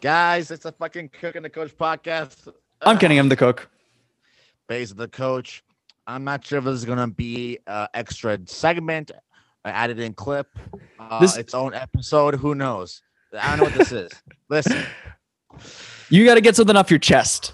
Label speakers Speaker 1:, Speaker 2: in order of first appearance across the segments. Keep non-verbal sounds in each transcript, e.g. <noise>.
Speaker 1: Guys, it's a fucking Cook and the Coach podcast.
Speaker 2: I'm Kenny. I'm the cook.
Speaker 1: Base of the Coach. I'm not sure if this is going to be uh, extra segment, I added in clip, uh,
Speaker 2: This-
Speaker 1: its own episode. Who knows? I don't know what this is. Listen,
Speaker 2: You got to get something off your chest.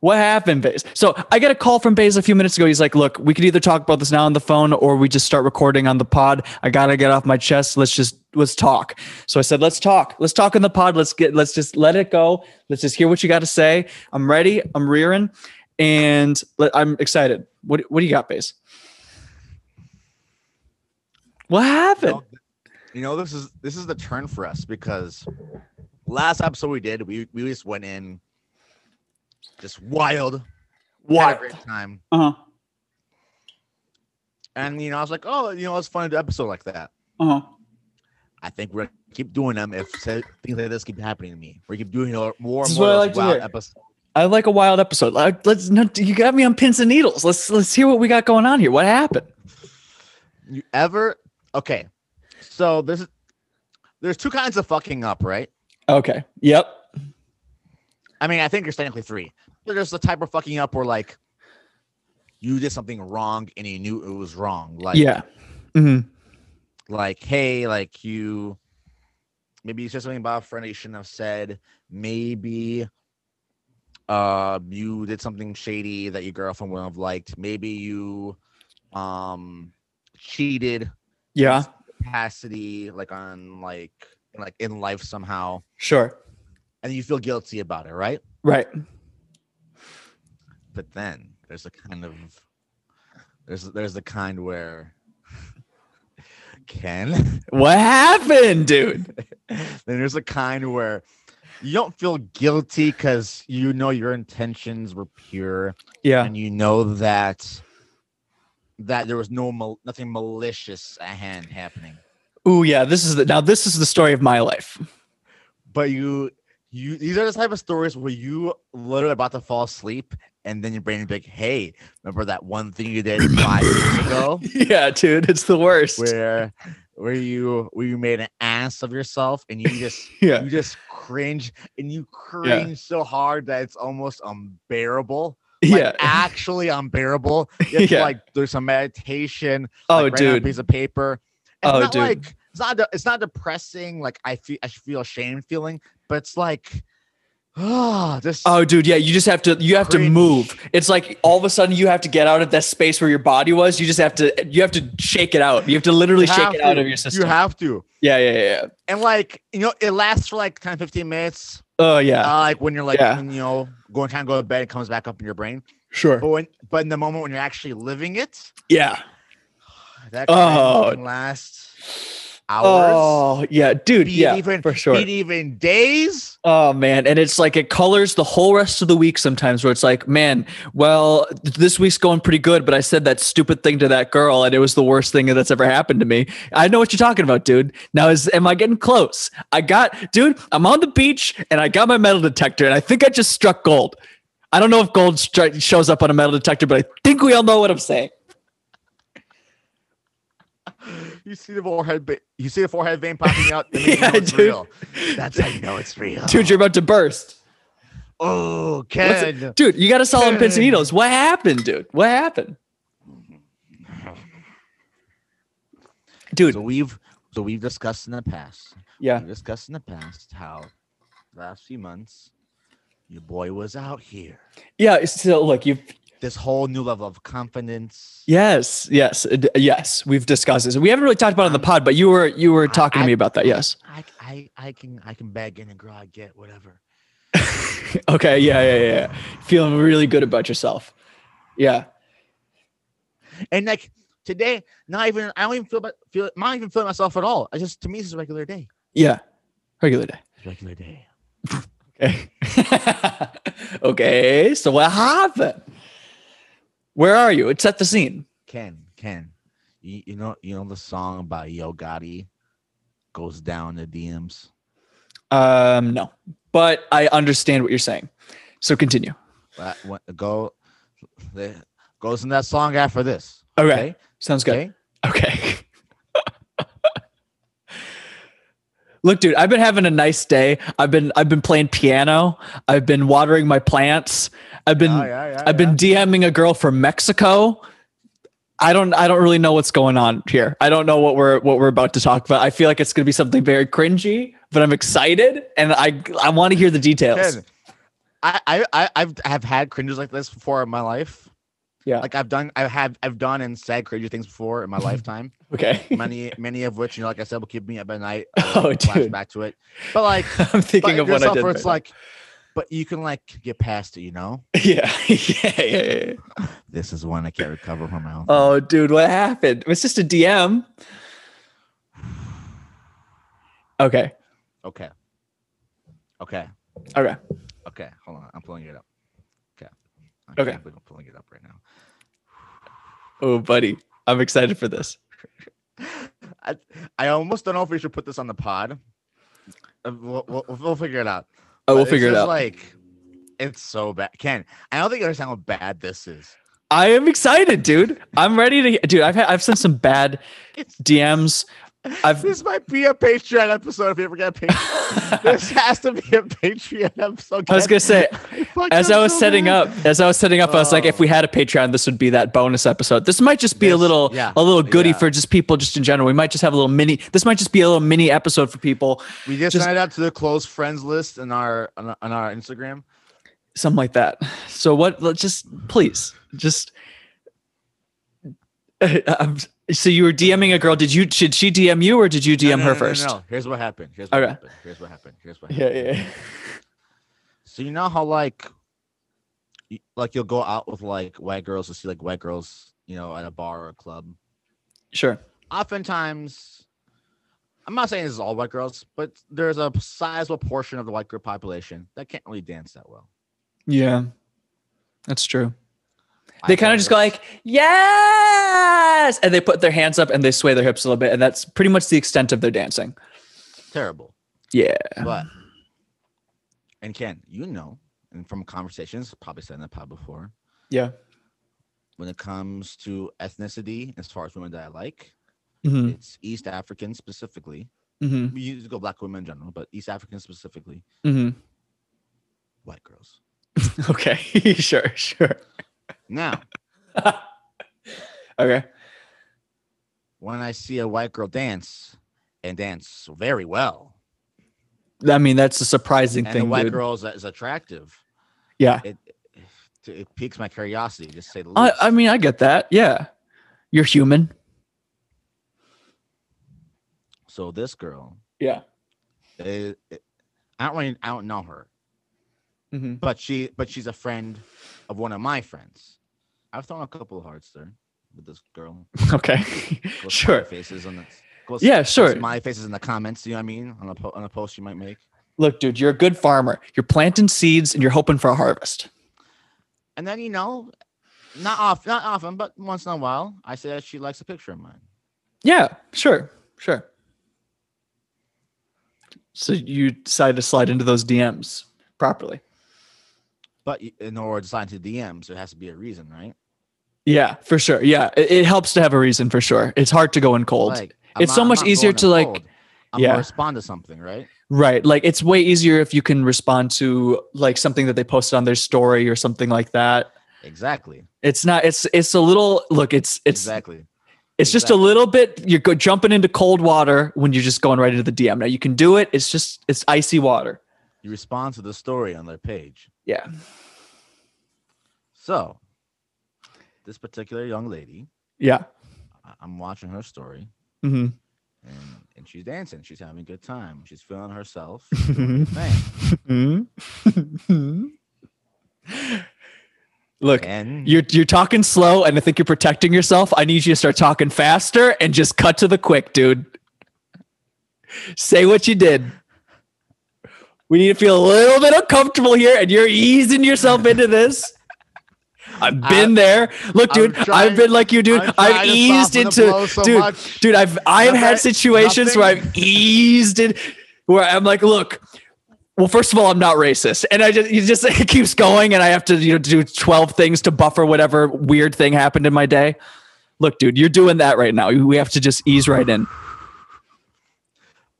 Speaker 2: What happened, Baze? So I get a call from Baze a few minutes ago. He's like, "Look, we could either talk about this now on the phone, or we just start recording on the pod. I gotta get off my chest. Let's just let's talk." So I said, "Let's talk. Let's talk in the pod. Let's get. Let's just let it go. Let's just hear what you got to say. I'm ready. I'm rearing, and let, I'm excited. What What do you got, Baze? What happened?
Speaker 1: you know this is this is the turn for us because last episode we did, we we just went in just wild, had a
Speaker 2: What?
Speaker 1: great time,
Speaker 2: Uh huh.
Speaker 1: and you know I was like, oh, you know it's fun to do an episode like that.
Speaker 2: Uh huh.
Speaker 1: I think we're gonna keep doing them if se- things like this keep happening to me. We keep doing more and more
Speaker 2: This
Speaker 1: of
Speaker 2: is what I like
Speaker 1: those
Speaker 2: to
Speaker 1: wild
Speaker 2: hear.
Speaker 1: episodes.
Speaker 2: I like a wild episode. Like, Let's not, you got me on pins and needles. Let's let's hear what we got going on here. What happened?
Speaker 1: You ever okay? So this is there's two kinds of fucking up, right?
Speaker 2: Okay. Yep.
Speaker 1: I mean, I think there's technically three. But there's the type of fucking up where like you did something wrong and you knew it was wrong. Like
Speaker 2: yeah. hmm
Speaker 1: like hey, like you maybe you said something about a friend you shouldn't have said. Maybe uh you did something shady that your girlfriend wouldn't have liked. Maybe you um cheated
Speaker 2: Yeah.
Speaker 1: capacity like on like like in life somehow
Speaker 2: Sure.
Speaker 1: and you feel guilty about it, right?
Speaker 2: Right.
Speaker 1: but then there's a kind of there's there's the kind where <laughs> Ken
Speaker 2: What
Speaker 1: <laughs>
Speaker 2: happened, dude?
Speaker 1: then there's a kind where you don't feel guilty because you know your intentions were pure
Speaker 2: Yeah.
Speaker 1: and you know that that there was no mal- nothing malicious at hand happening
Speaker 2: Ooh, yeah. This is the now. This is the story of my life. <laughs>
Speaker 1: but you you these are the type of stories where you literally about to fall asleep and then your brain is like hey remember that one thing you did five years
Speaker 2: <laughs>
Speaker 1: ago
Speaker 2: yeah, dude. It's the worst.
Speaker 1: where where you where you made an ass of yourself and you just
Speaker 2: <laughs> yeah.
Speaker 1: you just cringe and you cringe so hard that it's almost unbearable like,
Speaker 2: yeah. <laughs>
Speaker 1: actually unbearable you have to,
Speaker 2: Yeah.
Speaker 1: like there's some meditation
Speaker 2: oh,
Speaker 1: like, write on a
Speaker 2: dude.
Speaker 1: piece of paper it's
Speaker 2: Oh,
Speaker 1: not
Speaker 2: dude.
Speaker 1: like it's not de- it's not depressing like i feel i feel ashamed feeling but it's like <sighs> oh this
Speaker 2: Oh, dude, yeah. You just have to. You have to
Speaker 1: Cringe.
Speaker 2: move. It's like all of a sudden you have to get out of that space where your body was. You just have to. You have to shake it out. You have to literally
Speaker 1: you
Speaker 2: shake
Speaker 1: have
Speaker 2: it out
Speaker 1: to,
Speaker 2: of your system.
Speaker 1: you have to
Speaker 2: yeah, yeah, yeah, yeah.
Speaker 1: and like you know it lasts for like 10 15 minutes
Speaker 2: Oh yeah,
Speaker 1: uh, like when you're like
Speaker 2: Yeah.
Speaker 1: when, you know going trying to go to bed, it comes back up in your brain.
Speaker 2: sure.
Speaker 1: But when but in the moment when you're actually living it,
Speaker 2: Yeah.
Speaker 1: that kind of
Speaker 2: Oh.
Speaker 1: can last hours,
Speaker 2: Oh yeah, dude.
Speaker 1: Be
Speaker 2: yeah,
Speaker 1: even-
Speaker 2: for sure.
Speaker 1: maybe even days.
Speaker 2: Oh man, and it's like it colors the whole rest of the week sometimes. Where it's like, man, well, th- this week's going pretty good, but I said that stupid thing to that girl, and it was the worst thing that's ever happened to me. I know what you're talking about, dude. Now is am I getting close? I got, dude. I'm on the beach, and I got my metal detector, and I think I just struck gold. I don't know if gold stri- shows up on a metal detector, but I think we all know what I'm saying.
Speaker 1: You see the forehead, ba- you see the forehead vein popping out. That makes
Speaker 2: <laughs> Yeah,
Speaker 1: you know it's
Speaker 2: dude.
Speaker 1: real. That's how you know it's real.
Speaker 2: Dude, you're about to burst.
Speaker 1: oh,
Speaker 2: What's
Speaker 1: Ken.
Speaker 2: it- dude, you got to sell on pins
Speaker 1: Ken.
Speaker 2: and needles. What happened, dude? What happened? Dude,
Speaker 1: So we've so we've discussed in the past.
Speaker 2: yeah,
Speaker 1: We discussed in the past how last few months your boy was out here.
Speaker 2: yeah. it's Still, look, you.
Speaker 1: This whole new level of confidence.
Speaker 2: Yes, yes, uh, d- yes. We've discussed this. We haven't really talked about it on the pod, but you were you were talking to me about that. Yes.
Speaker 1: I, I, I can I can bag in and grow, I get whatever.
Speaker 2: Okay. Yeah, yeah, yeah, yeah. Feeling really good about yourself. Yeah.
Speaker 1: And like today, not even I don't even feel but feel I'm not even feeling myself at all. I just to me this is a regular day.
Speaker 2: Yeah. Regular day.
Speaker 1: Regular day.
Speaker 2: Okay. <laughs> okay. So what happened? Where are you? It set the scene.
Speaker 1: Ken, Ken, you, you know you know the song about Yo Gotti goes down the DMs.
Speaker 2: Um, no, but I understand what you're saying. So continue.
Speaker 1: Uh, what- go the, goes in that song after this.
Speaker 2: Okay. Sounds good.
Speaker 1: Okay.
Speaker 2: Okay. <laughs> Look, dude, I've been having a nice day. I've been I've been playing piano. I've been watering my plants. I've been
Speaker 1: Oh, Yeah, yeah, yeah,
Speaker 2: I've been DMing a girl from Mexico. I don't I don't really know what's going on here. I don't know what we're what we're about to talk about. I feel like it's going to be something very cringy, but I'm excited and I I want to hear the details.
Speaker 1: Ken, I, I, I, I've have had cringes like this before in my life.
Speaker 2: Yeah.
Speaker 1: Like I've done, I have, I've done and said cringy things before
Speaker 2: <laughs>
Speaker 1: in my lifetime.
Speaker 2: Okay.
Speaker 1: Many, many of which, you know, like I said, will keep me up at
Speaker 2: <laughs>
Speaker 1: night.
Speaker 2: Oh,
Speaker 1: Flash
Speaker 2: dude.
Speaker 1: back to it. But
Speaker 2: <laughs>
Speaker 1: like,
Speaker 2: I'm thinking
Speaker 1: but
Speaker 2: of what I
Speaker 1: yourself
Speaker 2: did.
Speaker 1: where it's
Speaker 2: right
Speaker 1: like, but you can like get past it, you know.
Speaker 2: now. <laughs> yeah. <laughs> yeah, yeah, yeah.
Speaker 1: This is one I can't recover from my own.
Speaker 2: Oh, dude, what happened? It was just a DM. Okay.
Speaker 1: Okay. Okay.
Speaker 2: Okay.
Speaker 1: Okay. Hold on. I'm pulling it up. Okay. I
Speaker 2: Okay.
Speaker 1: can't believe I'm pulling it up right now.
Speaker 2: Oh, buddy, I'm excited for this.
Speaker 1: <laughs> I, I almost don't know if we should put this on the pod. Uh, We'll, we'll, we'll figure it out.
Speaker 2: Oh, we'll
Speaker 1: But it's
Speaker 2: figure it
Speaker 1: just
Speaker 2: out.
Speaker 1: Like, it's so bad. Ken, I don't think you understand how bad this is.
Speaker 2: I am excited, dude. I'm ready to, dude. I've had, I've sent some bad
Speaker 1: It's,
Speaker 2: DMs. I've
Speaker 1: this might be a Patreon episode if you ever get a
Speaker 2: <laughs>
Speaker 1: Patreon.
Speaker 2: I
Speaker 1: this has to be a Patreon episode.
Speaker 2: was
Speaker 1: Ken.
Speaker 2: gonna say,
Speaker 1: I fucked
Speaker 2: as
Speaker 1: up
Speaker 2: I was
Speaker 1: so
Speaker 2: setting
Speaker 1: bad.
Speaker 2: up, as I was setting up, I was like, if
Speaker 1: Oh.
Speaker 2: we had a Patreon, this would be that bonus episode. This might just be a
Speaker 1: This-
Speaker 2: little,
Speaker 1: yeah,
Speaker 2: a little goodie
Speaker 1: yeah.
Speaker 2: for just people, just in general. We might just have a little mini. This might just be a little mini episode for people,
Speaker 1: we just,
Speaker 2: just-
Speaker 1: signed up to the close friends list on our on, our- on our Instagram.
Speaker 2: something like that. So what? Let's just please, just. <laughs> I'm- so you were DMing a girl. Did you? Did she DM you, or did you DM
Speaker 1: No, no,
Speaker 2: her
Speaker 1: no, no,
Speaker 2: first?
Speaker 1: No, Here's what happened. Here's what
Speaker 2: Okay.
Speaker 1: happened. Here's what happened. Here's what happened.
Speaker 2: Yeah, yeah.
Speaker 1: So you know how like, y- like you'll go out with like white girls to see like white girls, you know, at a bar or a club.
Speaker 2: Sure.
Speaker 1: Oftentimes, I'm not saying this is all white girls, but there's a sizable portion of the white girl population that can't really dance that well.
Speaker 2: Yeah, that's true.
Speaker 1: I
Speaker 2: They kind of just go
Speaker 1: noticed-
Speaker 2: like, yes, and they put their hands up and they sway their hips a little bit, and that's pretty much the extent of their dancing.
Speaker 1: terrible,
Speaker 2: Yeah.
Speaker 1: but and Ken, you know, and from conversations, probably said in the pod before,
Speaker 2: Yeah.
Speaker 1: when it comes to ethnicity, as far as women that I like,
Speaker 2: hmm
Speaker 1: it's East African specifically.
Speaker 2: hmm
Speaker 1: We usually go black women in general, but East African specifically,
Speaker 2: hmm
Speaker 1: white girls.
Speaker 2: <laughs> Okay. <laughs> sure. Sure.
Speaker 1: Now,
Speaker 2: Okay.
Speaker 1: when I see a white girl dance and dance very well,
Speaker 2: I mean, that's a surprising
Speaker 1: and the
Speaker 2: thing,
Speaker 1: white
Speaker 2: dude.
Speaker 1: girl is, is attractive,
Speaker 2: Yeah.
Speaker 1: it, it it piques my curiosity. Just to say the
Speaker 2: I,
Speaker 1: least.
Speaker 2: I mean, I get that. Yeah. You're human.
Speaker 1: so this girl,
Speaker 2: Yeah.
Speaker 1: eh, eh, I don't really, I don't know her,
Speaker 2: hmm
Speaker 1: but she, but she's a friend of one of my friends. I've thrown a couple of hearts there with this
Speaker 2: <laughs>
Speaker 1: girl.
Speaker 2: <laughs> Okay.
Speaker 1: Go smiley
Speaker 2: sure.
Speaker 1: Faces on the. go s-
Speaker 2: Yeah,
Speaker 1: go
Speaker 2: sure.
Speaker 1: Smiley faces in the comments. You know what I mean? On a po- on a post you might make.
Speaker 2: Look, dude, you're a good farmer. You're planting seeds and you're hoping for a harvest.
Speaker 1: And then you know, not off, not often, but once in a while, I say that she likes a picture of mine.
Speaker 2: Yeah. Sure. Sure. So you decide to slide into those DMs properly.
Speaker 1: But y- in order to sign to DM, so it has to be a reason, right?
Speaker 2: Yeah, for sure. Yeah. It, it helps to have a reason for sure. It's hard to go in cold.
Speaker 1: Like,
Speaker 2: It's so much easier
Speaker 1: going
Speaker 2: to, like-
Speaker 1: cold. I'm
Speaker 2: Yeah.
Speaker 1: gonna respond to something, right?
Speaker 2: Right. Like it's way easier if you can respond to like something that they posted on their story or something like that.
Speaker 1: Exactly.
Speaker 2: It's not it's it's a little look, it's it's
Speaker 1: exactly.
Speaker 2: it's just a
Speaker 1: exactly.
Speaker 2: little bit you're go, jumping into cold water when you're just going right into the DM. Now you can do it. It's just it's icy water.
Speaker 1: You respond to the story on their page.
Speaker 2: Yeah.
Speaker 1: So, this particular young lady,
Speaker 2: Yeah.
Speaker 1: I- I'm watching her story,
Speaker 2: <laughs> Mhm.
Speaker 1: and and she's dancing. She's having a good time. She's feeling
Speaker 2: <laughs>
Speaker 1: herself.
Speaker 2: Mhm.
Speaker 1: Man.
Speaker 2: Mm-hmm. <laughs> Mhm. Mm-hmm. <laughs> Look,
Speaker 1: And
Speaker 2: you're you're talking slow and I think you're protecting yourself. I need you to start talking faster and just cut to the quick, dude. Say what you did. We need to feel a little bit uncomfortable here and you're easing yourself into this.
Speaker 1: <laughs>
Speaker 2: I've been there. Look,
Speaker 1: I'm
Speaker 2: dude,
Speaker 1: trying-
Speaker 2: I've been like you, dude.
Speaker 1: I'm
Speaker 2: I've
Speaker 1: trying to
Speaker 2: eased
Speaker 1: soften the blow
Speaker 2: into
Speaker 1: so
Speaker 2: dude,
Speaker 1: much.
Speaker 2: dude, I've I've had
Speaker 1: Nothing-
Speaker 2: situations where
Speaker 1: nothing.
Speaker 2: I've eased in where I'm like, look, well, first of all, I'm not racist, and I just it just <laughs> it keeps going, and I have to you know do twelve things to buffer whatever weird thing happened in my day. Look, dude, you're doing that right now. We have to just ease right in.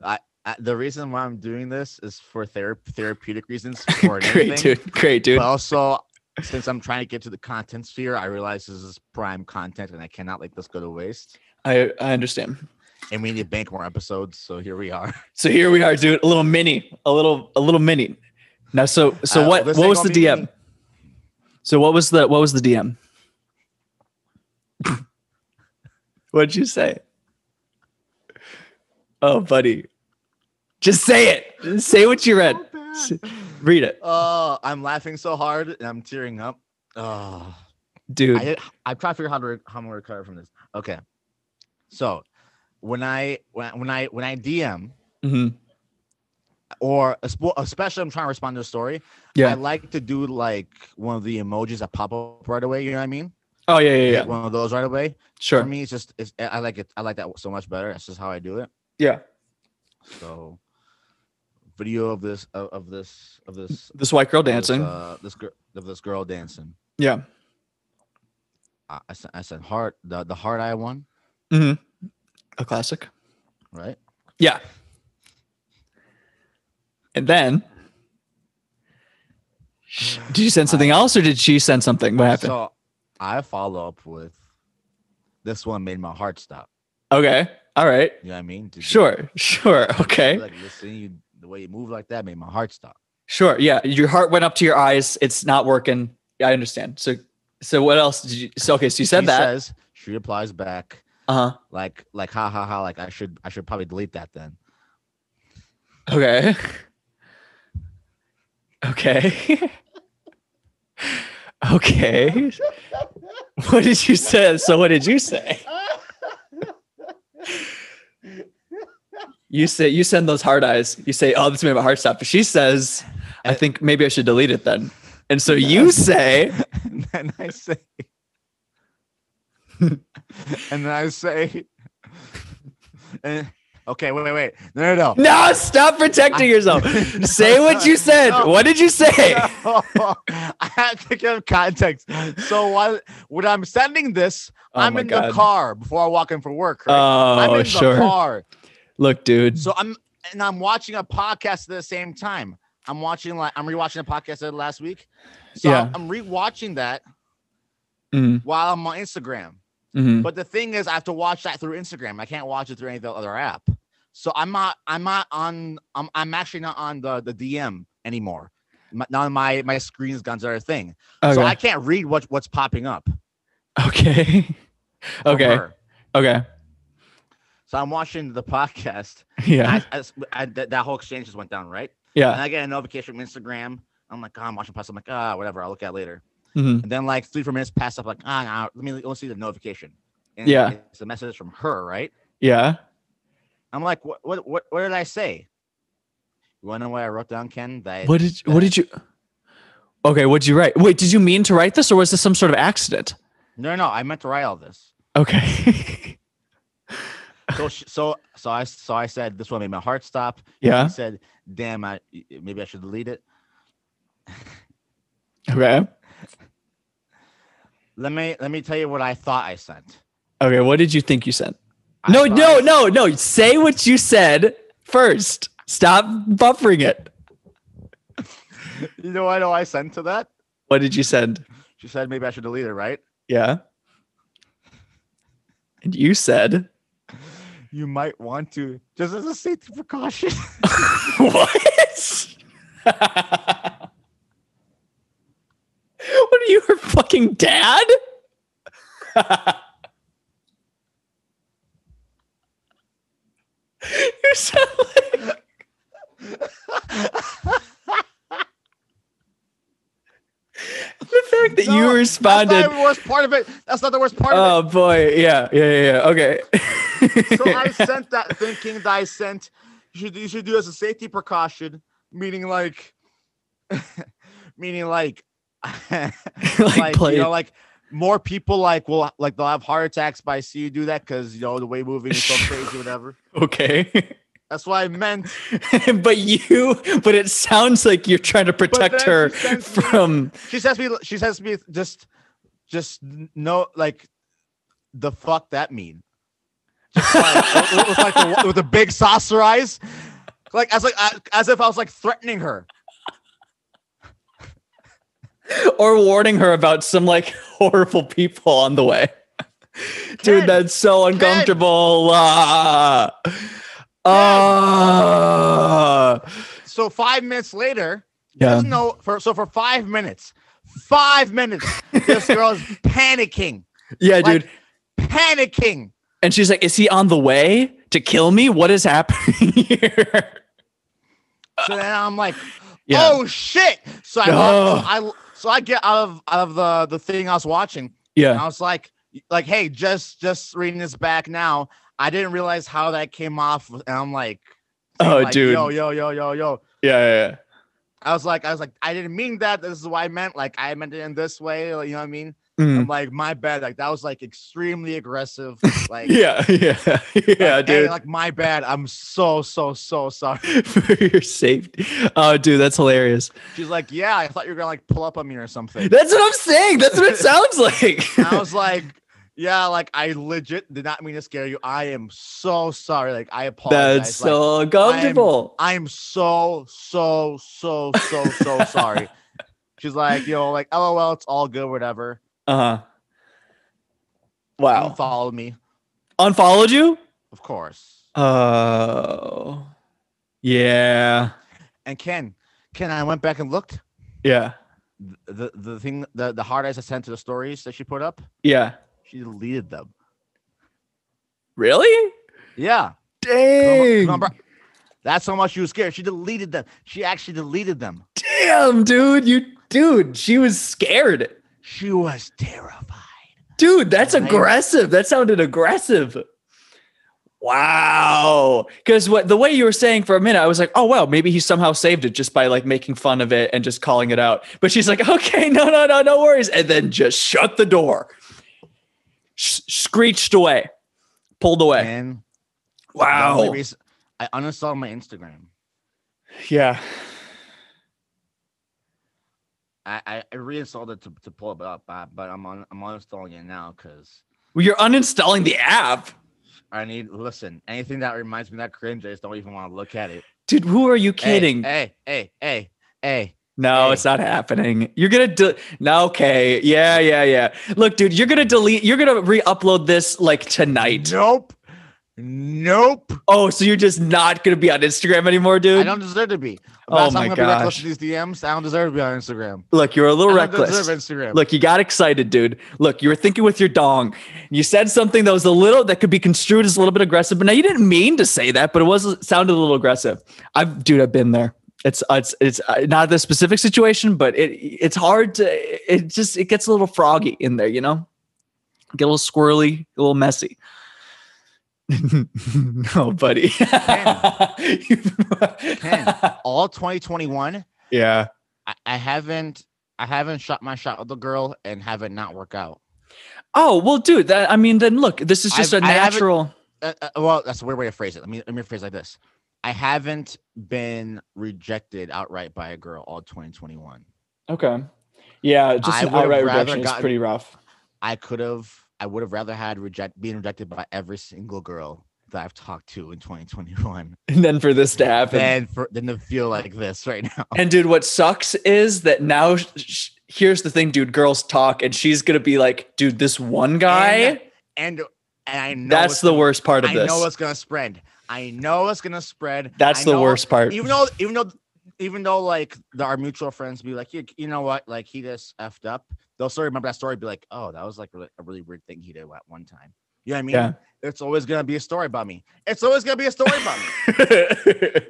Speaker 1: uh, the reason why I'm doing this is for thera- therapeutic
Speaker 2: <laughs>
Speaker 1: reasons. More than
Speaker 2: Great
Speaker 1: anything.
Speaker 2: dude. Great dude.
Speaker 1: But also, since I'm trying to get to the content sphere, I realize this is prime content and I cannot let this go to waste.
Speaker 2: I, I understand.
Speaker 1: And we need to bank more episodes. So here we are.
Speaker 2: So here we are, dude. A little mini, a little, a little mini. Now, so, so
Speaker 1: Uh,
Speaker 2: what?
Speaker 1: this
Speaker 2: What
Speaker 1: ain't
Speaker 2: was
Speaker 1: gonna
Speaker 2: the
Speaker 1: be
Speaker 2: DM?
Speaker 1: mini.
Speaker 2: So what was the what was the DM? <laughs> What'd you say? Oh, buddy, just say it. Just say what you read.
Speaker 1: So bad.
Speaker 2: Read it,
Speaker 1: Oh, I'm laughing so hard and I'm tearing up. Oh, I,
Speaker 2: dude.
Speaker 1: did, I'm trying to figure out how to, re- how I'm gonna recover from this. Okay. So when I, when I, when I, when I DM
Speaker 2: Mhm.
Speaker 1: or espo- especially I'm trying to respond to a story, I
Speaker 2: Yeah.
Speaker 1: like to do like one of the emojis that pop up right away. You know what I mean?
Speaker 2: Oh yeah, yeah,
Speaker 1: Hit
Speaker 2: yeah.
Speaker 1: One of those right away. For
Speaker 2: Sure.
Speaker 1: me, it's just it's, I like it. I like that so much better. That's just how I do it.
Speaker 2: Yeah.
Speaker 1: So, video of this of, of this of this of
Speaker 2: This white girl
Speaker 1: this,
Speaker 2: dancing.
Speaker 1: uh, this girl of this girl dancing.
Speaker 2: Yeah.
Speaker 1: I, I sent I sent heart the the heart I won
Speaker 2: hmm A classic.
Speaker 1: right.
Speaker 2: Yeah. And then sh- did you send something else or did she send something? What happened?
Speaker 1: So I follow up with this one made my heart stop.
Speaker 2: okay. All right.
Speaker 1: You know what I mean? Did you-
Speaker 2: Sure. Sure. Okay.
Speaker 1: Like listening you the way you move like that made my heart stop.
Speaker 2: Sure. Yeah. Your heart went up to your eyes. It's not working. I understand. So so what else did you so okay, so you said
Speaker 1: she
Speaker 2: that.
Speaker 1: says she replies back
Speaker 2: Uh-huh.
Speaker 1: like like ha ha ha like I should I should probably delete that then.
Speaker 2: Okay. Okay. okay. What did you say? So what did you say? You say you send those hard eyes. You say, "Oh, this made my heart stop." But she says, "I
Speaker 1: Uh,
Speaker 2: think maybe I should delete it then." And so you say,
Speaker 1: <laughs> and then I say, <laughs> and then I say, <laughs> and, okay, wait, wait, wait, no, no, no.
Speaker 2: "No, stop protecting yourself. say what you said.
Speaker 1: No.
Speaker 2: What did you say?"
Speaker 1: No. <laughs> I have to give context. So what? When I'm sending this,
Speaker 2: Oh
Speaker 1: I'm
Speaker 2: my
Speaker 1: in
Speaker 2: God.
Speaker 1: the car before I walk in for work. right? I'm
Speaker 2: Oh,
Speaker 1: in the
Speaker 2: sure.
Speaker 1: car,
Speaker 2: Look, dude.
Speaker 1: so I'm and I'm watching a podcast at the same time. I'm watching like I'm rewatching a podcast I did last week. So
Speaker 2: Yeah.
Speaker 1: I'm rewatching that
Speaker 2: Mm,
Speaker 1: while I'm on Instagram.
Speaker 2: mhm.
Speaker 1: But the thing is, I have to watch that through Instagram. I can't watch it through any other app. So I'm not. I'm not on. I'm. I'm actually not on the the DM anymore. My, now my my screen's gone to other thing.
Speaker 2: Okay.
Speaker 1: So I can't read what what's popping up. from
Speaker 2: okay. Okay.
Speaker 1: her.
Speaker 2: Okay.
Speaker 1: So I'm watching the
Speaker 2: <laughs>
Speaker 1: podcast.
Speaker 2: Yeah.
Speaker 1: I, I, I- that that whole exchange just went down, right?
Speaker 2: Yeah.
Speaker 1: And I get a notification from Instagram. I'm like, oh, I'm watching podcast. I'm like, ah, whatever. I'll look at it later.
Speaker 2: Mhm.
Speaker 1: And then like three four minutes pass up. Like, ah, nah, let me let me see the notification. And
Speaker 2: Yeah.
Speaker 1: It's a message from her, right?
Speaker 2: Yeah.
Speaker 1: I'm like, what, what, what, what did I say? You wanna know what I wrote down, Ken? That I-
Speaker 2: What did What
Speaker 1: that-
Speaker 2: did you? Okay. What'd you write? Wait, did you mean to write this, or was this some sort of accident?
Speaker 1: No, no, I meant to write all this.
Speaker 2: Okay. <laughs>
Speaker 1: So, sh- so, so I, so I said this one made my heart stop. I
Speaker 2: yeah.
Speaker 1: said, damn, I maybe I should delete it.
Speaker 2: Okay.
Speaker 1: Let me, let me tell you what I thought I sent.
Speaker 2: Okay. What did you think you sent?
Speaker 1: I
Speaker 2: no,
Speaker 1: thought
Speaker 2: no,
Speaker 1: I-
Speaker 2: no, no. Say what you said first. Stop buffering it.
Speaker 1: You know, I know I sent to that.
Speaker 2: What did you send?
Speaker 1: She said maybe I should delete it, right?
Speaker 2: Yeah. And you said
Speaker 1: You might want to just as a safety precaution.
Speaker 2: what? <laughs> what are you, her fucking dad? <laughs> you sound like. <laughs> the fact that <laughs> you
Speaker 1: No,
Speaker 2: responded.
Speaker 1: That's not the worst part of it. That's not the worst part of it.
Speaker 2: Oh boy, yeah, yeah, yeah. yeah. Okay. Oh.
Speaker 1: So
Speaker 2: <laughs>
Speaker 1: I sent that thinking that I sent you should you should do as a safety precaution, meaning like <laughs> meaning like <laughs>
Speaker 2: like,
Speaker 1: like
Speaker 2: play.
Speaker 1: you know like more people like will like they'll have heart attacks by see you do that because you know the way moving
Speaker 2: <laughs>
Speaker 1: is so crazy whatever.
Speaker 2: okay.
Speaker 1: That's what I meant.
Speaker 2: <laughs> but you but it sounds like you're trying to protect
Speaker 1: then
Speaker 2: her
Speaker 1: she sends me-
Speaker 2: from
Speaker 1: She says me she says me just just n- no like the <laughs> fuck that mean. Just like, with, with like the, with the big saucer eyes. Like as like I- as if I was like threatening her.
Speaker 2: or warning her about some like <laughs> horrible people on the way. <laughs> Dude,
Speaker 1: Ken,
Speaker 2: that's so uncomfortable. Ah. Ah.
Speaker 1: So five minutes later,
Speaker 2: yeah.
Speaker 1: there's no for so for five minutes, five minutes, this girl's
Speaker 2: <laughs>
Speaker 1: panicking,
Speaker 2: Yeah,
Speaker 1: Like-
Speaker 2: dude.
Speaker 1: panicking.
Speaker 2: And she's like, is he on the way to kill me? What is happening <laughs> here?
Speaker 1: So then I'm like,
Speaker 2: Yeah.
Speaker 1: oh shit. So I,
Speaker 2: Oh.
Speaker 1: I so I get out of out of the the thing I was watching, and
Speaker 2: Yeah.
Speaker 1: I was like, like hey, just just reading this back now. I didn't realize how that came off, and I'm like,
Speaker 2: Oh,
Speaker 1: like,
Speaker 2: dude.
Speaker 1: yo, yo, yo, yo, yo.
Speaker 2: Yeah, yeah, yeah.
Speaker 1: I was like, I was like, I didn't mean that. This is what I meant. Like, I meant it in this way. Like, you know what I mean?
Speaker 2: Mm.
Speaker 1: I'm like, my bad. Like, that was like extremely aggressive.
Speaker 2: <laughs>
Speaker 1: Like,
Speaker 2: Yeah, yeah, yeah,
Speaker 1: like, hey,
Speaker 2: dude.
Speaker 1: like, my bad. I'm so, so, so sorry.
Speaker 2: <laughs> For your safety. Oh, dude, that's hilarious.
Speaker 1: She's like, yeah, I thought you were gonna like pull up on me or something.
Speaker 2: That's what I'm saying. That's what
Speaker 1: <laughs>
Speaker 2: it sounds like.
Speaker 1: And I was like, yeah, like I legit did not mean to scare you. I am so sorry. Like, I apologize.
Speaker 2: That's
Speaker 1: like,
Speaker 2: so uncomfortable.
Speaker 1: I am so, so, so, so, so
Speaker 2: <laughs>
Speaker 1: sorry. She's like, yo, like, lol, it's all good, whatever.
Speaker 2: Uh huh. Wow.
Speaker 1: Unfollow me,
Speaker 2: Unfollowed you?
Speaker 1: of course.
Speaker 2: Oh. yeah.
Speaker 1: And Ken, Ken, I went back and looked.
Speaker 2: Yeah.
Speaker 1: Th- The the thing the the hard eyes I sent to the stories that she put up,
Speaker 2: Yeah.
Speaker 1: she deleted them.
Speaker 2: Really?
Speaker 1: Yeah,
Speaker 2: Dang.
Speaker 1: remember, that's how much she was scared. She deleted them. She actually deleted them.
Speaker 2: Damn, dude. You dude, she was scared.
Speaker 1: She was terrified.
Speaker 2: Dude, that's
Speaker 1: Right.
Speaker 2: aggressive. That sounded aggressive. Wow. Because what the way you were saying for a minute, I was like, oh wow, maybe he somehow saved it just by like making fun of it and just calling it out. But she's like, okay, <laughs> no, no, no, no worries. And then just shut the door. Sh- screeched away. Pulled away.
Speaker 1: And the only
Speaker 2: wow.
Speaker 1: reason- I uninstalled my Instagram.
Speaker 2: Yeah.
Speaker 1: I, I, I reinstalled it to, to pull it up, uh, but I'm on I'm uninstalling it now because
Speaker 2: Well, you're uninstalling the app.
Speaker 1: I need listen. Anything that reminds me of that cringe, I just don't even want to look at it.
Speaker 2: Dude, who are you
Speaker 1: Hey,
Speaker 2: kidding?
Speaker 1: Hey, hey, hey, hey.
Speaker 2: No,
Speaker 1: Hey.
Speaker 2: it's not happening. You're gonna de- no, okay, yeah, yeah, yeah. Look, dude, you're gonna delete. You're gonna re-upload this like tonight.
Speaker 1: Nope. Nope.
Speaker 2: Oh, so you're just not gonna be on Instagram anymore,
Speaker 1: I
Speaker 2: dude?
Speaker 1: don't deserve to be.
Speaker 2: Oh
Speaker 1: Last time
Speaker 2: my
Speaker 1: I'm gonna be reckless
Speaker 2: gosh.
Speaker 1: with these DMs. I don't deserve to be on Instagram.
Speaker 2: Look, you're a little
Speaker 1: I don't
Speaker 2: reckless.
Speaker 1: deserve Instagram.
Speaker 2: Look, you got excited, dude. Look, you were thinking with your dong. You said something that was a little that could be construed as a little bit aggressive, but now you didn't mean to say that, but it was sounded a little aggressive. I've, dude, I've been there. It's it's it's uh, not the specific situation, but it it's hard to. It just it gets a little froggy in there, you know. Get a little squirrely, a little messy. <laughs> no, buddy. <laughs>
Speaker 1: All 2021,
Speaker 2: yeah.
Speaker 1: I, I haven't I haven't shot my shot with the girl and haven't not work out.
Speaker 2: Oh well, dude. That I mean, then look, this is just
Speaker 1: I've-
Speaker 2: a
Speaker 1: I haven't-
Speaker 2: natural.
Speaker 1: Uh, uh, well, that's a weird way to phrase it. Let me let me rephrase it like this. I haven't been rejected outright by a girl all 2021.
Speaker 2: Okay. Yeah, just
Speaker 1: I
Speaker 2: an
Speaker 1: would have
Speaker 2: outright
Speaker 1: rather
Speaker 2: rejection is
Speaker 1: gotten-
Speaker 2: pretty rough. <laughs>
Speaker 1: I could have I would have rather had reject being rejected by every single girl that I've talked to in 2021
Speaker 2: And <laughs> then for this to happen.
Speaker 1: than for than to feel like this right now. <laughs>
Speaker 2: and dude, what sucks is that now sh- sh- here's the thing, dude, girls talk and she's going to be like, dude, this one guy,
Speaker 1: And- And and I know
Speaker 2: that's
Speaker 1: it's
Speaker 2: the
Speaker 1: gonna-
Speaker 2: worst part of
Speaker 1: I
Speaker 2: this.
Speaker 1: know it's gonna spread. I know it's gonna spread.
Speaker 2: that's
Speaker 1: I
Speaker 2: the
Speaker 1: know-
Speaker 2: worst part.
Speaker 1: Even though, even though, even though, like the, our mutual friends be like, you, you know what, like he just effed up. They'll still remember that story. Be like, oh, that was like really, a really weird thing he did at one time. You know what I mean?
Speaker 2: Yeah.
Speaker 1: It's always gonna be a story about me. It's always gonna be a story about me.
Speaker 2: <laughs>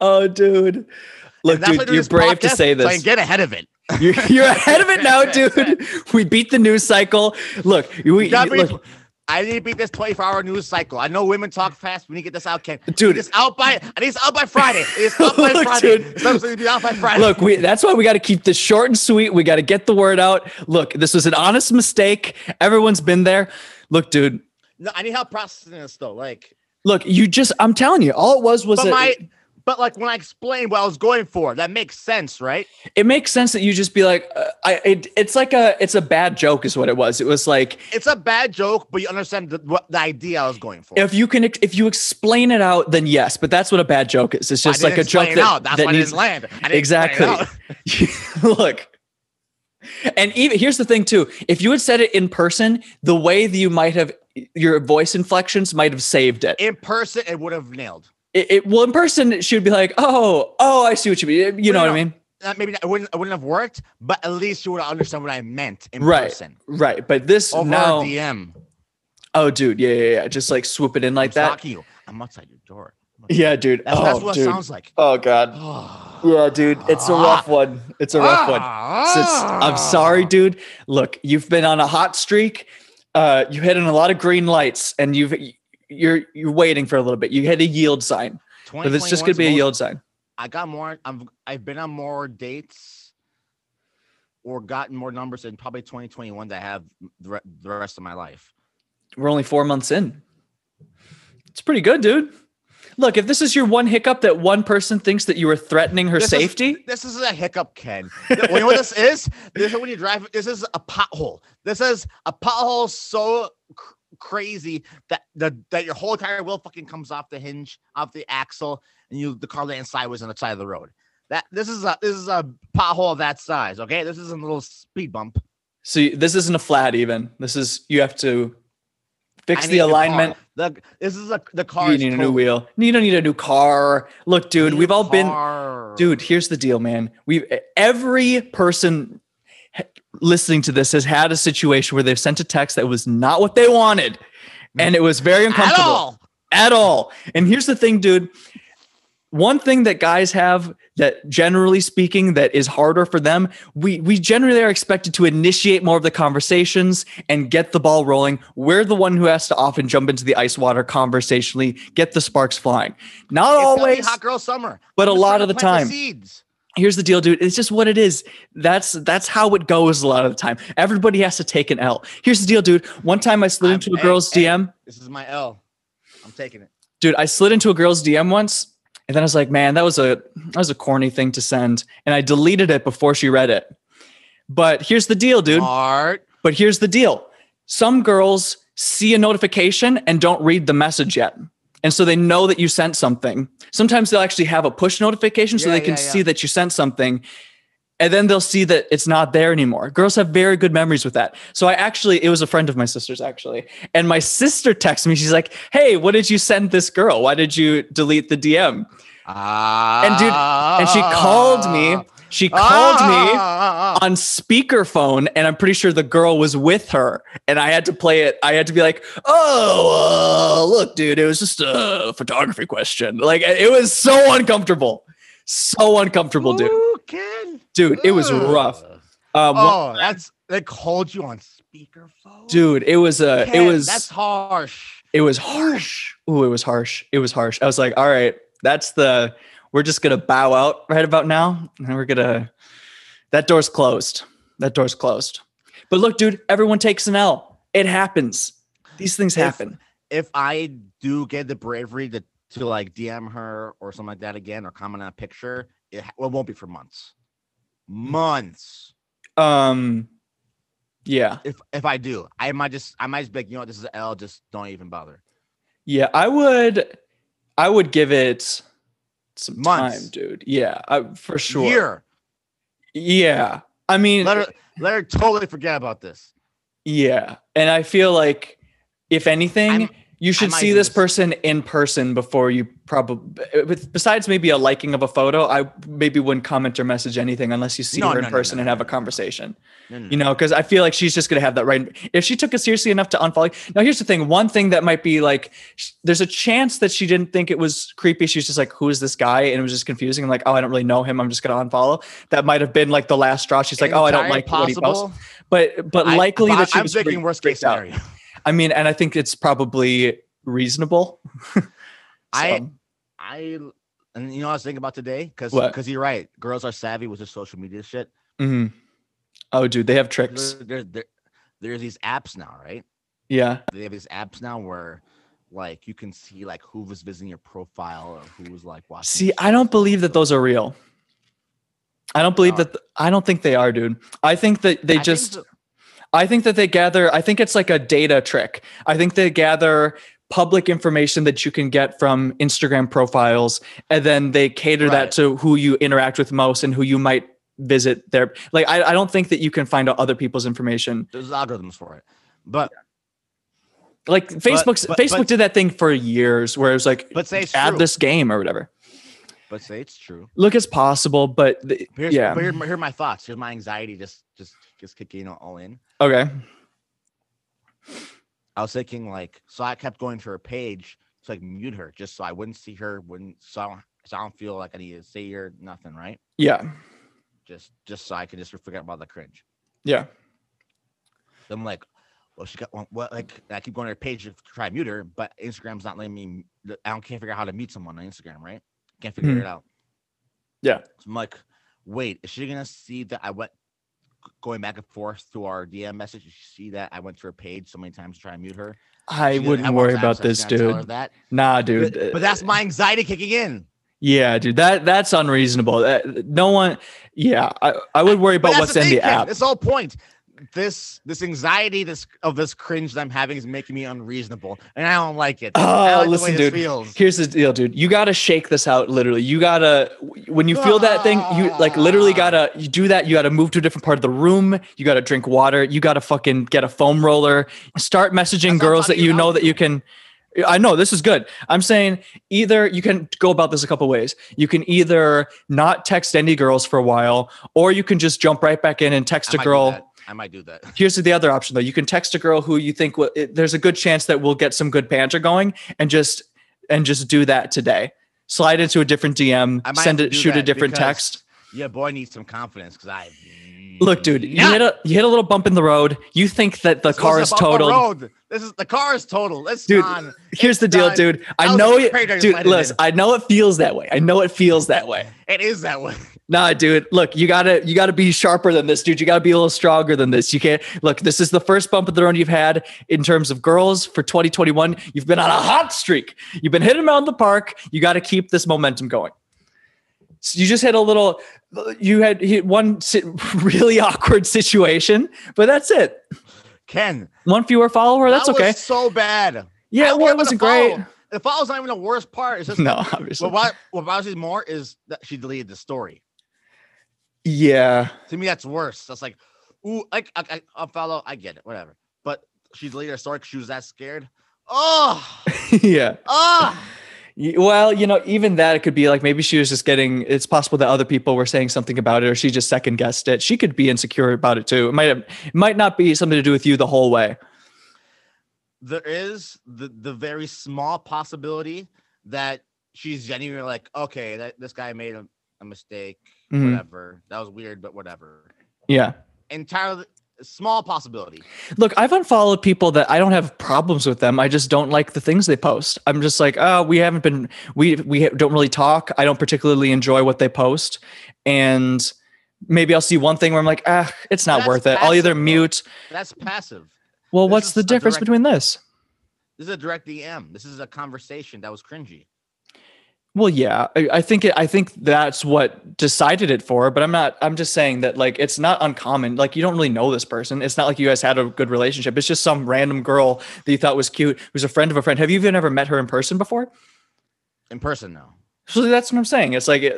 Speaker 2: oh, dude. <laughs> Look,
Speaker 1: And that's why I
Speaker 2: dude,
Speaker 1: do
Speaker 2: you're
Speaker 1: this
Speaker 2: brave to
Speaker 1: podcast,
Speaker 2: say
Speaker 1: so I can
Speaker 2: this.
Speaker 1: get ahead of it.
Speaker 2: You're, you're ahead of
Speaker 1: <laughs>
Speaker 2: it now, dude. We beat the news cycle. Look, we,
Speaker 1: That means
Speaker 2: look,
Speaker 1: I need to beat this 24 hour news cycle. I know women talk fast. We need to get this out, Ken.
Speaker 2: dude.
Speaker 1: It's out by. I need this out by Friday.
Speaker 2: <laughs>
Speaker 1: It's out by
Speaker 2: Look,
Speaker 1: Friday.
Speaker 2: dude.
Speaker 1: It's supposed to be out by Friday.
Speaker 2: Look, we, that's why we got to keep this short and sweet. We got to get the word out. Look, this was an honest mistake. Everyone's been there. Look, dude.
Speaker 1: no, I need help processing this though. Like,
Speaker 2: Look, you just, I'm telling you, all it was was
Speaker 1: but
Speaker 2: a-
Speaker 1: my, But like when I explained what I was going for, that makes sense, right?
Speaker 2: It makes sense that you just be like, uh, I. It, it's like a, it's a bad joke, is what it was. It was like
Speaker 1: It's a bad joke, but you understand the, what the idea I was going for.
Speaker 2: if you can, ex- if you explain it out, then yes. But that's what a bad joke is. It's
Speaker 1: I
Speaker 2: just
Speaker 1: didn't
Speaker 2: like a
Speaker 1: explain
Speaker 2: joke
Speaker 1: it
Speaker 2: that,
Speaker 1: out. That's
Speaker 2: that
Speaker 1: why
Speaker 2: needs
Speaker 1: I didn't land. I didn't explain it
Speaker 2: exactly.
Speaker 1: out. <laughs>
Speaker 2: <laughs> Look. And even here's the thing too. If you had said it in person, the way that you might have your voice inflections might have saved it.
Speaker 1: In person, it would have nailed.
Speaker 2: It, it well in person she would be like, "Oh, oh, I see what you mean." You know what I mean?
Speaker 1: Uh, maybe it wouldn't, it wouldn't have worked, but at least you would understand what I meant in
Speaker 2: Right.
Speaker 1: person.
Speaker 2: Right. But this
Speaker 1: Over
Speaker 2: now
Speaker 1: DM.
Speaker 2: Oh dude, yeah, yeah, yeah. Just like swoop it in like
Speaker 1: I'm
Speaker 2: that.
Speaker 1: stalking you. I'm outside your door.
Speaker 2: Yeah, dude.
Speaker 1: That's,
Speaker 2: oh,
Speaker 1: that's what
Speaker 2: dude.
Speaker 1: it sounds Ah. like.
Speaker 2: oh god. Yeah, dude. It's a rough one. It's a rough one. So it's- I'm
Speaker 1: Ah.
Speaker 2: sorry, dude. Look, you've been on a hot streak. Uh, you hit on a lot of green lights, and you've you're you're waiting for a little bit. You hit a yield sign, but it's just gonna be a yield sign.
Speaker 1: I got more. I'm, I've been on more dates or gotten more numbers in probably 2021 that I have the, re- the rest of my life.
Speaker 2: We're only four months in. It's pretty good, dude. Look, if this is your one hiccup that one person thinks that you were threatening her
Speaker 1: This is-
Speaker 2: safety,
Speaker 1: This is a hiccup, Ken. Th- you know what this
Speaker 2: <laughs>
Speaker 1: is? This is when you drive. This is a pothole. This is a pothole so cr- crazy that the that your whole entire wheel fucking comes off the hinge, off the axle, and you the car lands sideways on the side of the road. That this is a this is a pothole of that size. Okay, this isn't a little speed bump.
Speaker 2: so you- this isn't a flat. Even this is you have to fix
Speaker 1: I
Speaker 2: the
Speaker 1: need a car.
Speaker 2: alignment.
Speaker 1: The, this is a the car.
Speaker 2: You
Speaker 1: is
Speaker 2: need a new
Speaker 1: totaled.
Speaker 2: wheel. You don't need a new car. Look, dude,
Speaker 1: Need a
Speaker 2: we've all been.
Speaker 1: car.
Speaker 2: dude here's the deal man we every person h- listening to this has had a situation where they've sent a text that was not what they wanted and it was very
Speaker 1: at
Speaker 2: uncomfortable
Speaker 1: all.
Speaker 2: at all and here's the thing dude one thing that guys have that generally speaking that is harder for them we we generally are expected to initiate more of the conversations and get the ball rolling we're the one who has to often jump into the ice water conversationally get the sparks flying not
Speaker 1: It's gonna be
Speaker 2: always
Speaker 1: hot girl summer.
Speaker 2: but a
Speaker 1: I'm just
Speaker 2: lot
Speaker 1: trying
Speaker 2: of
Speaker 1: to
Speaker 2: the
Speaker 1: plant
Speaker 2: time
Speaker 1: seeds.
Speaker 2: here's the deal dude it's just what it is that's that's how it goes a lot of the time everybody has to take an l here's the deal dude one time i slid
Speaker 1: I'm-
Speaker 2: into a
Speaker 1: hey,
Speaker 2: girl's
Speaker 1: hey.
Speaker 2: dm
Speaker 1: This is my L. I'm taking it.
Speaker 2: dude i slid into a girl's dm once and then i was like man that was a that was a corny thing to send and i deleted it before she read it but here's the deal dude
Speaker 1: Art.
Speaker 2: but here's the deal some girls see a notification and don't read the message yet. And so they know that you sent something. Sometimes they'll actually have a push notification so
Speaker 1: Yeah,
Speaker 2: they can
Speaker 1: yeah, yeah.
Speaker 2: see that you sent something. And then they'll see that it's not there anymore. Girls have very good memories with that. So I actually, it was a friend of my sister's actually. And my sister texts me. She's like, Hey, what did you send this girl? Why did you delete the DM? dude- And she called me. She called
Speaker 1: Ah.
Speaker 2: me
Speaker 1: me.
Speaker 2: on speakerphone and i'm pretty sure the girl was with her and i had to play it i had to be like oh uh, look dude it was just a photography question like it was so uncomfortable so uncomfortable dude dude it was rough um well,
Speaker 1: Oh, that's they called you on speakerphone,
Speaker 2: dude it was uh it
Speaker 1: Ken, that's
Speaker 2: was
Speaker 1: harsh.
Speaker 2: it was harsh Ooh, it was harsh it was harsh i was like all right that's the we're just gonna bow out right about now and we're gonna that door's closed that door's closed but look dude everyone takes an l it happens these things
Speaker 1: If-
Speaker 2: happen
Speaker 1: If I do get the bravery to to like DM her or something like that again or comment on a picture, it, ha- well, it won't be for months.
Speaker 2: Mm.
Speaker 1: Months.
Speaker 2: um yeah
Speaker 1: If if I do, I might just I might just be like, you know what, this is a L. Just don't even bother.
Speaker 2: yeah i would i would give it some
Speaker 1: Months.
Speaker 2: time dude yeah I, for sure
Speaker 1: Year.
Speaker 2: yeah i mean
Speaker 1: Let her let her totally forget about this.
Speaker 2: Yeah. And I feel like if anything,
Speaker 1: I'm-
Speaker 2: you should
Speaker 1: might
Speaker 2: see
Speaker 1: do
Speaker 2: this
Speaker 1: this.
Speaker 2: person in person before you probably besides maybe a liking of a photo, I maybe wouldn't comment or message anything unless you see
Speaker 1: No,
Speaker 2: her in
Speaker 1: no, no,
Speaker 2: person
Speaker 1: no,
Speaker 2: and
Speaker 1: no,
Speaker 2: have
Speaker 1: no, Mm-hmm.
Speaker 2: a
Speaker 1: no.
Speaker 2: conversation.
Speaker 1: No, no, no.
Speaker 2: You know, because I feel like she's just gonna have that right. If she took it seriously enough to unfollow. Now here's the thing. One thing that might be like sh- there's a chance that she didn't think it was creepy. She was just like, who is this guy? And it was just confusing. like, oh, I don't really know him. I'm just gonna unfollow. That might have been like the last straw. She's like, oh, I don't
Speaker 1: Entirely
Speaker 2: like what he posts but <laughs> but
Speaker 1: I-
Speaker 2: likely
Speaker 1: but
Speaker 2: that she
Speaker 1: I'm
Speaker 2: was
Speaker 1: thinking
Speaker 2: freaked-
Speaker 1: worst case
Speaker 2: freaked out. <laughs>
Speaker 1: scenario.
Speaker 2: I mean, and I think it's probably reasonable.
Speaker 1: I-
Speaker 2: So,
Speaker 1: I and you know what I was thinking about today because
Speaker 2: What?
Speaker 1: because you're right. Girls are savvy with their social media shit.
Speaker 2: mhm. oh, dude, they have tricks.
Speaker 1: There, there, there- there's these apps now, right?
Speaker 2: Yeah,
Speaker 1: They have these apps now where like you can see like who was visiting your profile or who was like watching.
Speaker 2: See, I don't believe that those are real. I don't believe that. I don't think they are, dude. I think that they
Speaker 1: I think
Speaker 2: just.
Speaker 1: the-
Speaker 2: I think that they gather, I think it's like a data trick. I think they gather public information that you can get from Instagram profiles, and then they cater
Speaker 1: Right.
Speaker 2: that to who you interact with most and who you might visit there. Like, I, I don't think that you can find out other people's information.
Speaker 1: there's algorithms for it, but
Speaker 2: Like, Facebook's,
Speaker 1: but-
Speaker 2: Facebook
Speaker 1: but-
Speaker 2: did that thing for years where it was like,
Speaker 1: but say it's
Speaker 2: add
Speaker 1: true.
Speaker 2: this game or whatever.
Speaker 1: but say it's true.
Speaker 2: Look, it's possible, but the,
Speaker 1: Here's,
Speaker 2: yeah.
Speaker 1: but here, here are my thoughts. Here's my anxiety. Just just just kicking all in.
Speaker 2: okay.
Speaker 1: I was thinking like, so I kept going to her page to like mute her just so I wouldn't see her, wouldn't so I don't, so I don't feel like I need to see her, nothing, right?
Speaker 2: Yeah.
Speaker 1: Just just so I can just forget about the cringe.
Speaker 2: Yeah.
Speaker 1: Then I'm like, well, she got one. What like I keep going to her page to try to mute her, but Instagram's not letting me. I don't can't figure out how to mute someone on Instagram, right? Can't figure
Speaker 2: Mhm.
Speaker 1: it out.
Speaker 2: Yeah.
Speaker 1: So I'm like, wait, is she gonna see that I went going back and forth through our DM message? Did she see that I went to her page so many times to try and mute her?
Speaker 2: I
Speaker 1: She didn't-
Speaker 2: wouldn't
Speaker 1: at one
Speaker 2: worry
Speaker 1: time,
Speaker 2: about
Speaker 1: so I was
Speaker 2: this,
Speaker 1: gonna tell her
Speaker 2: dude.
Speaker 1: That
Speaker 2: Nah, dude. uh,
Speaker 1: but, but that's my anxiety kicking in.
Speaker 2: Yeah, dude, that that's unreasonable. That, no one, yeah, I, I would worry about
Speaker 1: that's
Speaker 2: what's in
Speaker 1: thing,
Speaker 2: the
Speaker 1: Ken,
Speaker 2: app.
Speaker 1: That's the whole point. This this anxiety this of this cringe that I'm having is making me unreasonable, and I don't like it. I
Speaker 2: Oh,
Speaker 1: don't like
Speaker 2: listen,
Speaker 1: the way
Speaker 2: dude.
Speaker 1: This feels.
Speaker 2: Here's the deal, dude. You gotta shake this out. Literally, you gotta when you feel that thing, you like literally gotta you do that. You gotta move to a different part of the room. You gotta drink water. You gotta fucking get a foam roller. Start messaging
Speaker 1: That's
Speaker 2: girls
Speaker 1: not
Speaker 2: that you
Speaker 1: even
Speaker 2: know
Speaker 1: out
Speaker 2: that you can. I know this is good. I'm saying either you can go about this a couple ways. You can either not text any girls for a while, or you can just jump right back in and text
Speaker 1: I
Speaker 2: a
Speaker 1: might do
Speaker 2: girl.
Speaker 1: that. I might do that. <laughs>
Speaker 2: Here's the other option though. You can text a girl who you think will, it, there's a good chance that we'll get some good banter going, and just and just do that today. Slide into a different DM,
Speaker 1: I might
Speaker 2: send
Speaker 1: have
Speaker 2: it,
Speaker 1: to do
Speaker 2: shoot a
Speaker 1: that
Speaker 2: different
Speaker 1: because-
Speaker 2: text.
Speaker 1: Yeah, boy, I need some confidence because I
Speaker 2: Look, dude, you
Speaker 1: Yeah.
Speaker 2: hit a you hit a little bump in the road. You think that the
Speaker 1: This
Speaker 2: car
Speaker 1: wasn't
Speaker 2: is
Speaker 1: about the
Speaker 2: totaled.
Speaker 1: road. This is the car is total. Let's
Speaker 2: Dude,
Speaker 1: not-
Speaker 2: Here's the
Speaker 1: it's
Speaker 2: deal,
Speaker 1: not-
Speaker 2: dude. I,
Speaker 1: was
Speaker 2: know it,
Speaker 1: afraid I just
Speaker 2: dude.
Speaker 1: let it in.
Speaker 2: Listen, I know it feels that way. I know it feels that way.
Speaker 1: It is that way. <laughs>
Speaker 2: Nah, dude. Look, you gotta you gotta be sharper than this, dude. You gotta be a little stronger than this. You can't look. This is the first bump of the road you've had in terms of girls for 2021. You've been on a hot streak. You've been hitting them out in the park. You got to keep this momentum going. So you just had a little. You had hit one si- <laughs> really awkward situation, but that's it.
Speaker 1: Ken,
Speaker 2: One fewer follower. That's
Speaker 1: that
Speaker 2: okay.
Speaker 1: Was so bad. I
Speaker 2: yeah,
Speaker 1: don't
Speaker 2: well,
Speaker 1: care about
Speaker 2: it
Speaker 1: the
Speaker 2: wasn't great.
Speaker 1: follow. The follow's not even the worst part. It's just
Speaker 2: <laughs> No, obviously.
Speaker 1: But what what bothers me more is that she deleted the story.
Speaker 2: yeah. <laughs>
Speaker 1: To me, that's worse. That's like, ooh, like I, I, I'll follow. I get it, whatever. But she deleted her story because she was that scared. Oh,
Speaker 2: yeah.
Speaker 1: oh,
Speaker 2: Y- Well, you know, even that it could be like maybe she was just getting. It's possible that other people were saying something about it, or she just second guessed it. She could be insecure about it too. It might have, it might not be something to do with you the whole way.
Speaker 1: there is the the very small possibility that she's genuinely like, okay, that this guy made a, a mistake,
Speaker 2: Mhm.
Speaker 1: whatever. That was weird, but whatever.
Speaker 2: Yeah.
Speaker 1: Entirely small possibility.
Speaker 2: Look, I've unfollowed people that I don't have problems with them. I just don't like the things they post. I'm just like, oh, we haven't been, we we don't really talk. I don't particularly enjoy what they post, and maybe I'll see one thing where I'm like, ah, it's not
Speaker 1: That's
Speaker 2: worth it. I'll either
Speaker 1: passive, though.
Speaker 2: mute.
Speaker 1: That's passive.
Speaker 2: Well,
Speaker 1: This
Speaker 2: what's
Speaker 1: is
Speaker 2: the
Speaker 1: a
Speaker 2: difference
Speaker 1: direct-
Speaker 2: between this?
Speaker 1: This is a direct DM. This is a conversation that was cringy.
Speaker 2: Well, yeah, I, I think it, I think that's what decided it for. But I'm not. I'm just saying that like it's not uncommon. Like you don't really know this person. It's not like you guys had a good relationship. It's just some random girl that you thought was cute, who's a friend of a friend. Have you even ever met her in person before?
Speaker 1: In person, though.
Speaker 2: So that's what I'm saying. It's like uh,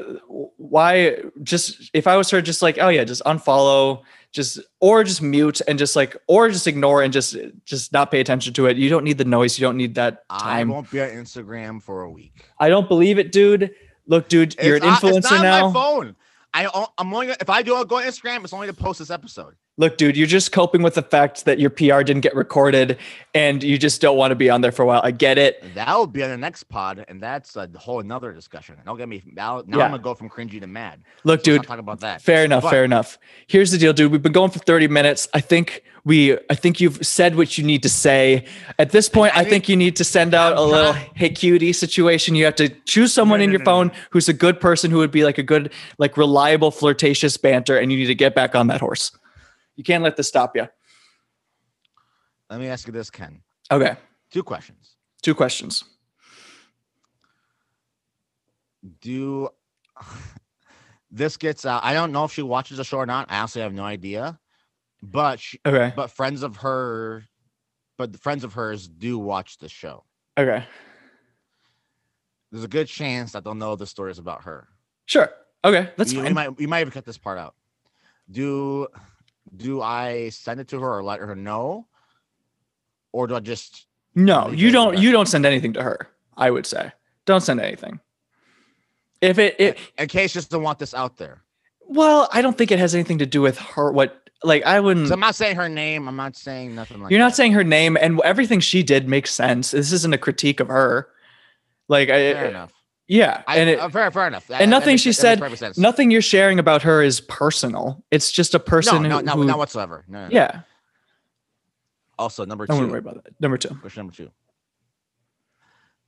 Speaker 2: why just if I was her, just like oh yeah, just unfollow, just or just mute and just like or just ignore and just just not pay attention to it. You don't need the noise. You don't need that
Speaker 1: I
Speaker 2: time.
Speaker 1: won't be on Instagram for a week.
Speaker 2: I don't believe it, dude. Look, dude, you're an
Speaker 1: It's not-
Speaker 2: influencer
Speaker 1: it's not
Speaker 2: now.
Speaker 1: On my phone. I, o- I'm only if I do go on Instagram, it's only to post this episode.
Speaker 2: Look, dude, you're just coping with the fact that your PR didn't get recorded and you just don't want to be on there for a while. I get it.
Speaker 1: That'll be on the next pod, and that's a whole another discussion. Don't get me now. now
Speaker 2: Yeah.
Speaker 1: I'm gonna go from cringy to mad.
Speaker 2: Look,
Speaker 1: So let's
Speaker 2: dude,
Speaker 1: not talk about that.
Speaker 2: fair enough,
Speaker 1: But-
Speaker 2: fair enough. Here's the deal, dude. We've been going for 30 minutes. I think we I think you've said what you need to say. At this point, I,
Speaker 1: I
Speaker 2: think you need to send out
Speaker 1: I'm
Speaker 2: a little
Speaker 1: trying-
Speaker 2: hey cutie situation. You have to choose someone
Speaker 1: no,
Speaker 2: in your
Speaker 1: no, no,
Speaker 2: phone who's a good person who would be like a good, like reliable, flirtatious banter, and you need to get back on that horse. You can't let this stop you.
Speaker 1: Let me ask you this, Ken.
Speaker 2: Okay.
Speaker 1: Two questions.
Speaker 2: Two questions.
Speaker 1: Do <laughs> this gets out? I don't know if she watches the show or not. I honestly have no idea. But she,
Speaker 2: Okay.
Speaker 1: but friends of her, but the friends of hers do watch the show.
Speaker 2: Okay.
Speaker 1: There's a good chance that they'll know the stories about her.
Speaker 2: Sure. Okay. That's
Speaker 1: you,
Speaker 2: fine.
Speaker 1: We might we might even cut this part out. Do do I send it to her or let her know, or do I just
Speaker 2: No,
Speaker 1: They
Speaker 2: you
Speaker 1: go
Speaker 2: don't.
Speaker 1: back.
Speaker 2: You don't send anything to her. I would say don't send anything. If it, it
Speaker 1: in case just don't want this out there?
Speaker 2: well, I don't think it has anything to do with her. What like I wouldn't.
Speaker 1: 'Cause I'm not saying her name. I'm not saying nothing like.
Speaker 2: Hmm. You're not
Speaker 1: that.
Speaker 2: saying her name, and everything she did makes sense. This isn't a critique of her. Like I,
Speaker 1: Fair enough.
Speaker 2: yeah,
Speaker 1: I,
Speaker 2: and it,
Speaker 1: uh, fair, fair enough. That-
Speaker 2: and
Speaker 1: that
Speaker 2: nothing
Speaker 1: makes-
Speaker 2: she
Speaker 1: that makes
Speaker 2: said-
Speaker 1: perfect sense.
Speaker 2: nothing you're sharing about her is personal. It's just a person.
Speaker 1: No, no,
Speaker 2: who,
Speaker 1: no,
Speaker 2: who-
Speaker 1: not whatsoever. No, no, no.
Speaker 2: yeah,
Speaker 1: Also, number
Speaker 2: I wouldn't worry
Speaker 1: two.
Speaker 2: about that. Number two. <laughs>
Speaker 1: Question number two.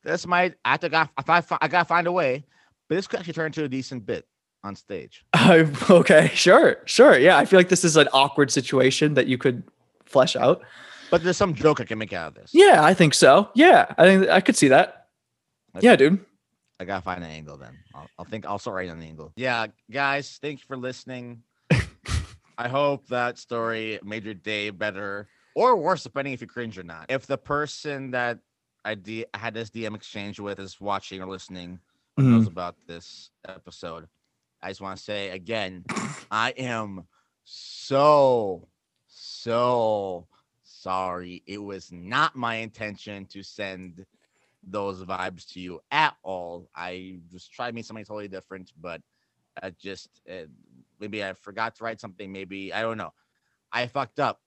Speaker 1: This might. I think I, if I, fi- I gotta find a way, but this could actually turn into a decent bit on stage.
Speaker 2: Uh, okay, sure, sure. Yeah, I feel like this is an awkward situation that you could flesh out.
Speaker 1: But there's some joke I can make out of this.
Speaker 2: Yeah, I think so. Yeah, I think I could see that.
Speaker 1: That's
Speaker 2: Yeah,
Speaker 1: it.
Speaker 2: dude.
Speaker 1: I gotta find an angle then. I'll, I'll think. I'll start writing an angle. Yeah, guys, thanks for listening. I hope that story made your day better or worse, depending if you cringe or not. If the person that I D- had this DM exchange with is watching or listening or
Speaker 2: Hmm. Mm-hmm.
Speaker 1: knows about this episode, I just want to say again, I am so so sorry. It was not my intention to send those vibes to you at all. I just tried to make something totally different, but I just uh, maybe I forgot to write something. Maybe I don't know. I fucked up.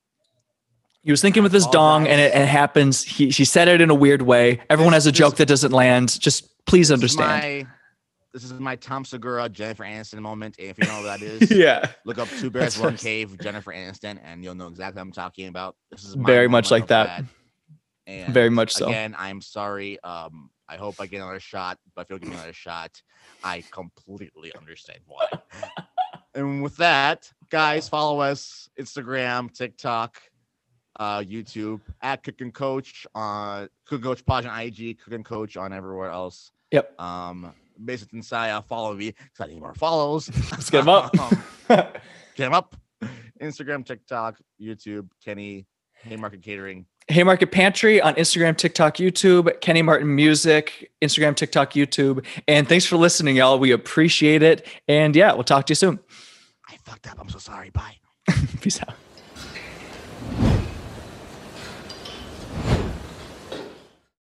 Speaker 2: He was thinking with his
Speaker 1: All
Speaker 2: dong, and
Speaker 1: guys.
Speaker 2: it, it happens. He she said it in a weird way. Everyone
Speaker 1: This-
Speaker 2: has a
Speaker 1: this-
Speaker 2: joke that doesn't land. Just please
Speaker 1: This is
Speaker 2: understand.
Speaker 1: my- This is my Tom Segura Jennifer Aniston moment. If you know what that is,
Speaker 2: <laughs> yeah,
Speaker 1: look up Two Bears
Speaker 2: That's
Speaker 1: One
Speaker 2: us.
Speaker 1: Cave Jennifer Aniston, and you'll know exactly what I'm talking about. This is
Speaker 2: Very much
Speaker 1: moment
Speaker 2: like
Speaker 1: of
Speaker 2: that.
Speaker 1: And
Speaker 2: very much so.
Speaker 1: Again, I'm sorry. Um, I hope I get another shot, but if you don't give me another shot, I completely understand
Speaker 2: <laughs>
Speaker 1: why. and with that, guys, follow us Instagram, TikTok, uh, YouTube at Cook and Coach on Cook and Coach Podge on IG, Cook and Coach on everywhere else.
Speaker 2: Yep.
Speaker 1: Um, Basic and Saya, follow me because I need more follows.
Speaker 2: Let's get him up.
Speaker 1: <laughs>
Speaker 2: <laughs>
Speaker 1: Um, get 'em up. <laughs> Instagram, TikTok, YouTube, Kenny, Haymarket Catering.
Speaker 2: Haymarket Pantry on Instagram, TikTok, YouTube. Kenny Martin Music, Instagram, TikTok, YouTube. And thanks for listening, y'all. We appreciate it. And yeah, we'll talk to you soon. <laughs>
Speaker 1: I fucked up. I'm so sorry. Bye.
Speaker 2: Peace out.